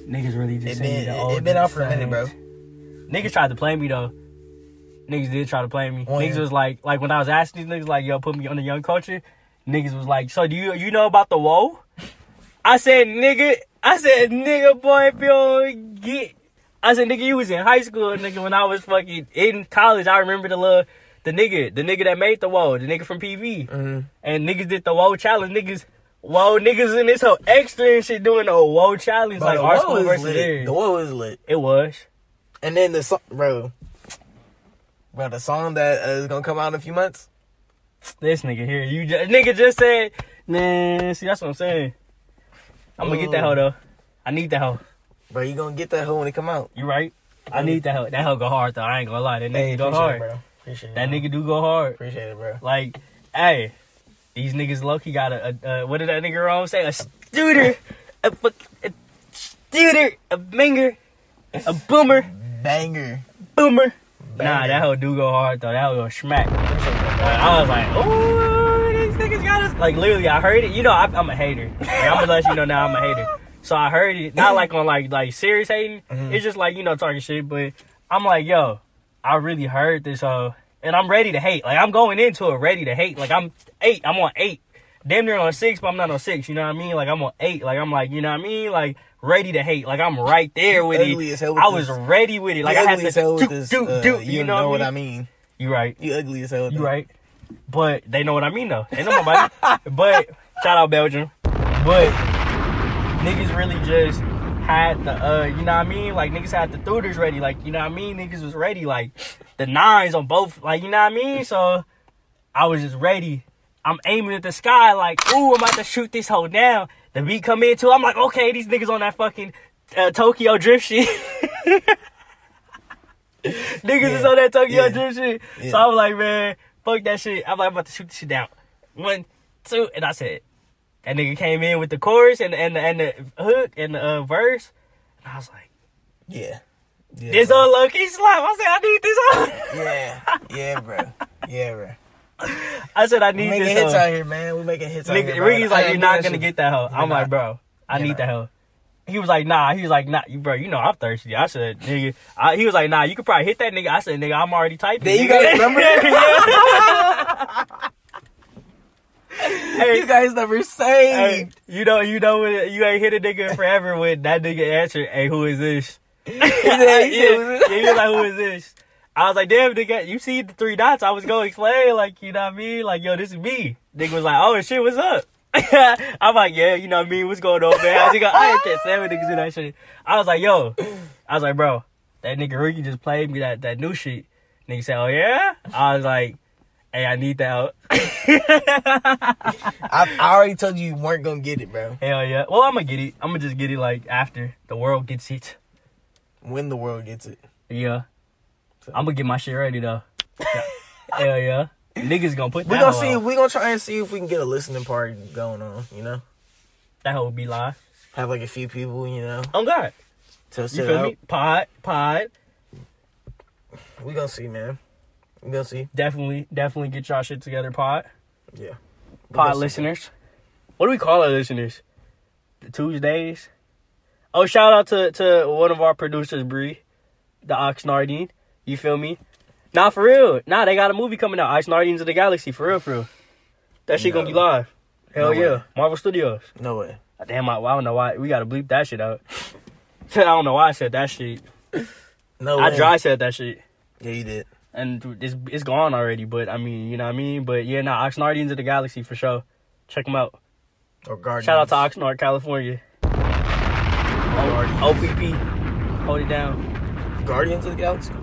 [SPEAKER 2] Niggas really just
[SPEAKER 1] it
[SPEAKER 2] sent me
[SPEAKER 1] been
[SPEAKER 2] the
[SPEAKER 1] it,
[SPEAKER 2] old
[SPEAKER 1] it been out for a
[SPEAKER 2] things.
[SPEAKER 1] minute, bro.
[SPEAKER 2] Niggas tried to play me though. Niggas did try to play me.
[SPEAKER 1] When?
[SPEAKER 2] Niggas was like, like when I was asking these niggas, like, yo, put me on the young culture. Niggas was like, so do you you know about the woe? I said, nigga, I said, nigga, boy, if you don't get, I said, nigga, you was in high school, nigga, when I was fucking in college. I remember the little, the nigga, the nigga that made the woe, the nigga from PV,
[SPEAKER 1] Mm-hmm.
[SPEAKER 2] and niggas did the woe challenge. Niggas, woe, niggas in this whole extra and shit doing the woe challenge,
[SPEAKER 1] Bro,
[SPEAKER 2] like
[SPEAKER 1] the
[SPEAKER 2] our
[SPEAKER 1] woe
[SPEAKER 2] school
[SPEAKER 1] is
[SPEAKER 2] versus
[SPEAKER 1] lit.
[SPEAKER 2] theirs.
[SPEAKER 1] The woe is lit.
[SPEAKER 2] It was.
[SPEAKER 1] And then the song, bro, bro, the song that uh, is gonna come out in a few months.
[SPEAKER 2] This nigga here, you just, nigga just said, man. See, that's what I'm saying. I'm gonna get that
[SPEAKER 1] Ooh.
[SPEAKER 2] hoe though. I need that hoe.
[SPEAKER 1] Bro, you gonna get that hoe when it come out.
[SPEAKER 2] You right? I need that hoe. That hoe go hard though. I ain't gonna lie. That nigga go
[SPEAKER 1] appreciate it,
[SPEAKER 2] hard.
[SPEAKER 1] bro. Appreciate it.
[SPEAKER 2] that
[SPEAKER 1] bro.
[SPEAKER 2] nigga do go hard.
[SPEAKER 1] Appreciate it, bro.
[SPEAKER 2] Like, hey, these niggas lucky got a, a, a what did that nigga wrong say? A studer, a fuck, a studer, a minger, a boomer,
[SPEAKER 1] banger.
[SPEAKER 2] Boomer. Nah,
[SPEAKER 1] Banger.
[SPEAKER 2] that hoe do go hard though. That hoe go smack. Like, I was like, ooh, these niggas got us. Like literally, I heard it. You know, I, I'm a hater. Like, I'm gonna let you know now, I'm a hater. So I heard it, not like on like like serious hating.
[SPEAKER 1] Mm-hmm.
[SPEAKER 2] It's just like you know talking shit. But I'm like, yo, I really heard this hoe, and I'm ready to hate. Like I'm going into it ready to hate. Like I'm eight. I'm on eight. Damn near on six, but I'm not on six. You know what I mean? Like I'm on eight. Like I'm like, you know what I mean? Like ready to hate. Like I'm right there with
[SPEAKER 1] Ugly as
[SPEAKER 2] it.
[SPEAKER 1] hell with
[SPEAKER 2] I was
[SPEAKER 1] this.
[SPEAKER 2] ready with it. Like
[SPEAKER 1] you
[SPEAKER 2] I had
[SPEAKER 1] ugly
[SPEAKER 2] to
[SPEAKER 1] as hell
[SPEAKER 2] do
[SPEAKER 1] with this.
[SPEAKER 2] do
[SPEAKER 1] uh,
[SPEAKER 2] do.
[SPEAKER 1] you, know, what I mean?
[SPEAKER 2] You right.
[SPEAKER 1] You ugly as hell.
[SPEAKER 2] You
[SPEAKER 1] though.
[SPEAKER 2] right. But they know what I mean though. They know my body. but shout out Belgium. But niggas really just had the uh, you know what I mean? Like niggas had the theaters ready. Like you know what I mean? Niggas was ready. Like the nines on both. Like you know what I mean? So I was just ready. I'm aiming at the sky. Like ooh, I'm about to shoot this hoe down. The beat come in too. I'm like okay, these niggas on that fucking uh, Tokyo drift shit. Niggas is
[SPEAKER 1] Yeah.
[SPEAKER 2] on that Tokyo
[SPEAKER 1] Yeah.
[SPEAKER 2] Drift shit. So
[SPEAKER 1] Yeah.
[SPEAKER 2] I'm like, man, fuck that shit. I'm like, I'm about to shoot this shit down. One, two, and I said, that nigga came in with the chorus and and the, and the hook and the uh, verse, and I was like,
[SPEAKER 1] Yeah. Yeah,
[SPEAKER 2] this
[SPEAKER 1] bro.
[SPEAKER 2] unlucky slap. I said, I need this. on.
[SPEAKER 1] Yeah. Yeah, bro. Yeah, bro.
[SPEAKER 2] I said, I
[SPEAKER 1] We
[SPEAKER 2] need
[SPEAKER 1] making
[SPEAKER 2] this.
[SPEAKER 1] hits
[SPEAKER 2] hoe.
[SPEAKER 1] out here, man. We making hits out here.
[SPEAKER 2] Nigga,
[SPEAKER 1] bro.
[SPEAKER 2] Ricky's
[SPEAKER 1] I
[SPEAKER 2] like, you're
[SPEAKER 1] ain't
[SPEAKER 2] not
[SPEAKER 1] doing
[SPEAKER 2] gonna
[SPEAKER 1] that
[SPEAKER 2] get that hoe. I'm
[SPEAKER 1] not.
[SPEAKER 2] like, bro, I
[SPEAKER 1] You're
[SPEAKER 2] need
[SPEAKER 1] not.
[SPEAKER 2] that hoe. He was like, nah. He was like, nah, you bro, you know I'm thirsty. I said, nigga. I, he was like, nah, you could probably hit that nigga. I said, nigga, I'm already typing.
[SPEAKER 1] Then you
[SPEAKER 2] nigga.
[SPEAKER 1] got his number?
[SPEAKER 2] Hey,
[SPEAKER 1] shit. You guys never saved.
[SPEAKER 2] hey, you know, you know, when you ain't hit a nigga forever when that nigga answered, "Hey, who is this?"
[SPEAKER 1] said,
[SPEAKER 2] yeah, yeah, he was like, "Who is this?" I was like, "Damn, nigga, you see the three dots?" I was gonna explain, like, you know what I mean? Like, yo, this is me. Nigga was like, "Oh shit, what's up?" I'm like, "Yeah, you know what I mean? What's going on, man?" I, go, I ain't that seven niggas do that shit. I was like, "Yo," I was like, "Bro, that nigga Ricky just played me that that new shit." Nigga said, "Oh yeah." I was like, "Hey, I need that." out."
[SPEAKER 1] I, I already told you you weren't gonna get it, bro.
[SPEAKER 2] Hell yeah. Well, I'm gonna get it. I'm gonna just get it like after the world gets it.
[SPEAKER 1] When the world gets it.
[SPEAKER 2] Yeah. I'm gonna get my shit ready though. Yeah. Hell yeah. Niggas gonna put
[SPEAKER 1] We
[SPEAKER 2] that
[SPEAKER 1] gonna
[SPEAKER 2] hoe
[SPEAKER 1] see.
[SPEAKER 2] out.
[SPEAKER 1] We gonna try and see if we can get a listening party going on. You know,
[SPEAKER 2] That hoe be live.
[SPEAKER 1] have like a few people. You know,
[SPEAKER 2] Oh God.
[SPEAKER 1] to
[SPEAKER 2] You
[SPEAKER 1] sit
[SPEAKER 2] feel
[SPEAKER 1] out.
[SPEAKER 2] me? Pod, pod.
[SPEAKER 1] We gonna see, man. We gonna see.
[SPEAKER 2] Definitely, definitely get y'all shit together, pod.
[SPEAKER 1] Yeah. We gonna
[SPEAKER 2] Pod
[SPEAKER 1] see.
[SPEAKER 2] listeners. What do we call our listeners? The Tuesdays. Oh, shout out to, to one of our producers, Bree, the Ox Nardine. You feel me? Nah, for real. Nah, they got a movie coming out, Ox Nardines of the Galaxy, for real, for real. That shit gonna be
[SPEAKER 1] No.
[SPEAKER 2] live. Hell
[SPEAKER 1] No
[SPEAKER 2] yeah.
[SPEAKER 1] way.
[SPEAKER 2] Marvel Studios. Ah,
[SPEAKER 1] No way.
[SPEAKER 2] Damn, I, I don't know why. We gotta bleep that shit out. I don't know why I said that shit.
[SPEAKER 1] No
[SPEAKER 2] I
[SPEAKER 1] way.
[SPEAKER 2] dry said that shit.
[SPEAKER 1] Yeah, you did.
[SPEAKER 2] And it's, it's gone already, but I mean, you know what I mean? But yeah, nah, Ox Nardines of the Galaxy, for sure. Check them out.
[SPEAKER 1] Or Guardians.
[SPEAKER 2] Shout out to Oxnard, California. O- OPP. Hold it down.
[SPEAKER 1] Guardians of the Galaxy.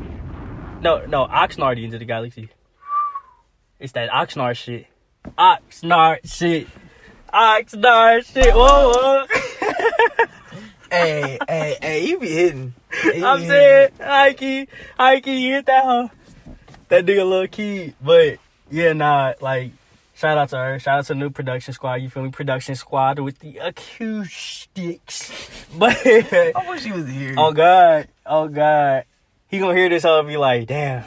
[SPEAKER 2] No, no, Oxnard into the galaxy. It's that Oxnard shit. Oxnard shit. Oxnard shit. Whoa, whoa.
[SPEAKER 1] hey, hey, hey! You be hitting. You be
[SPEAKER 2] I'm
[SPEAKER 1] hitting.
[SPEAKER 2] saying, Ike, Ike, you hit that huh? That nigga little kid. But yeah, nah, like, shout out to her. Shout out to new production squad. You feel me? Production squad with the acoustics. But
[SPEAKER 1] I wish he was here.
[SPEAKER 2] Oh God. Oh God. He gonna hear this hoe and be like, damn,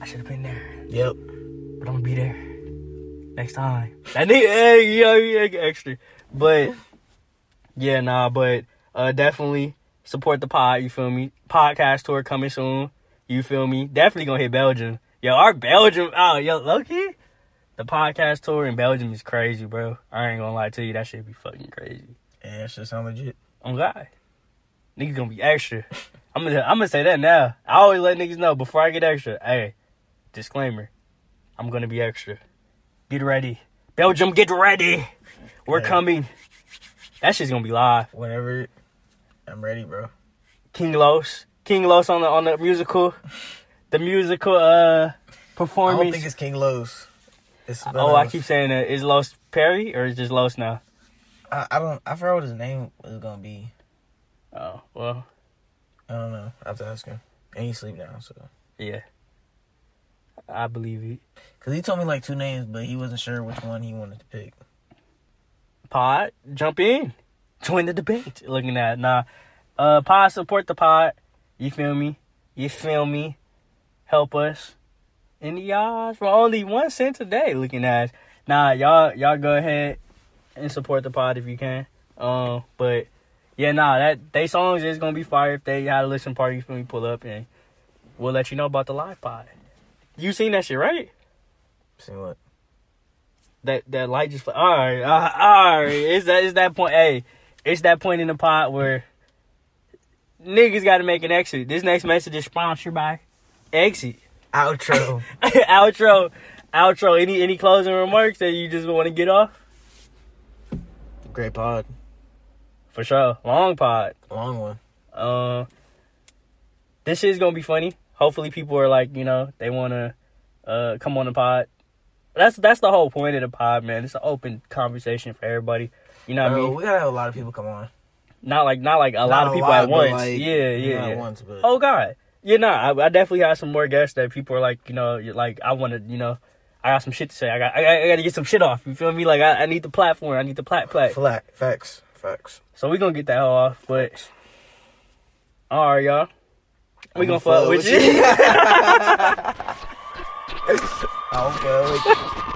[SPEAKER 2] I should have been there.
[SPEAKER 1] Yep.
[SPEAKER 2] But I'm gonna be there next time. That nigga hey, yo, yeah, extra. But yeah, nah, but uh definitely support the pod, you feel me? Podcast tour coming soon. You feel me? Definitely gonna hit Belgium. Yo, our Belgium oh yo, Loki. The podcast tour in Belgium is crazy, bro. I ain't gonna lie to you, that shit be fucking crazy.
[SPEAKER 1] Yeah, that shit sound legit.
[SPEAKER 2] I'm God. Niggas gonna be extra. I'm gonna I'm gonna say that now. I always let niggas know before I get extra. Hey, disclaimer. I'm gonna be extra. Get ready. Belgium, get ready. We're
[SPEAKER 1] Yeah.
[SPEAKER 2] coming. That shit's gonna be live.
[SPEAKER 1] Whenever I'm ready, bro.
[SPEAKER 2] King Los. King Los on the on the musical. The musical uh
[SPEAKER 1] I
[SPEAKER 2] performance.
[SPEAKER 1] don't think it's King Lowe's. It's
[SPEAKER 2] oh, I
[SPEAKER 1] uh,
[SPEAKER 2] keep saying that. Is Los Perry or is just Los now?
[SPEAKER 1] I, I don't. I forgot what his name was gonna be.
[SPEAKER 2] Oh, well,
[SPEAKER 1] I don't know. I have to ask him. And he sleep now, so.
[SPEAKER 2] yeah. I believe it.
[SPEAKER 1] Cause he told me like two names, but he wasn't sure which one he wanted to pick.
[SPEAKER 2] pod, jump in, join the debate. Looking at nah, uh, pod support the pod. You feel me? You feel me? Help us. And y'all for only one cent a day looking at us. Nah, y'all y'all go ahead and support the pod if you can. Um, but yeah, nah, that they songs is gonna be fire if they had a listen party for me pull up and we'll let you know about the live pod. You seen that shit, right?
[SPEAKER 1] See what?
[SPEAKER 2] That that light just all right, uh, all right. It's that it's that point. Hey, it's that point in the pot where niggas got to make an exit. This next message is sponsored by Exit.
[SPEAKER 1] Outro.
[SPEAKER 2] outro, outro. Any any closing remarks that you just want to get off?
[SPEAKER 1] Great pod.
[SPEAKER 2] For sure, long pod.
[SPEAKER 1] Long one.
[SPEAKER 2] Uh, this shit's gonna be funny. Hopefully, people are like, you know, they wanna uh come on the pod. That's that's the whole point of the pod, man. It's an open conversation for everybody. You know what I
[SPEAKER 1] Bro,
[SPEAKER 2] mean?
[SPEAKER 1] we gotta have a lot of people come on.
[SPEAKER 2] Not like not like a lot of people at
[SPEAKER 1] but,
[SPEAKER 2] once.
[SPEAKER 1] like,
[SPEAKER 2] yeah, yeah,
[SPEAKER 1] not
[SPEAKER 2] yeah.
[SPEAKER 1] At once, but
[SPEAKER 2] Oh God, yeah, nah. I, I definitely got some more guests that people are like, you know, you're like I want to, you know, I got some shit to say. I got, I, got- I got to get some shit off. You feel me? Like I, I need the platform. I need the plat plat.
[SPEAKER 1] Flack, facts, facts.
[SPEAKER 2] So we gonna get that all off. But all right, y'all, we gonna
[SPEAKER 1] gonna
[SPEAKER 2] fuck
[SPEAKER 1] fuck
[SPEAKER 2] with
[SPEAKER 1] with
[SPEAKER 2] you.
[SPEAKER 1] I don't care.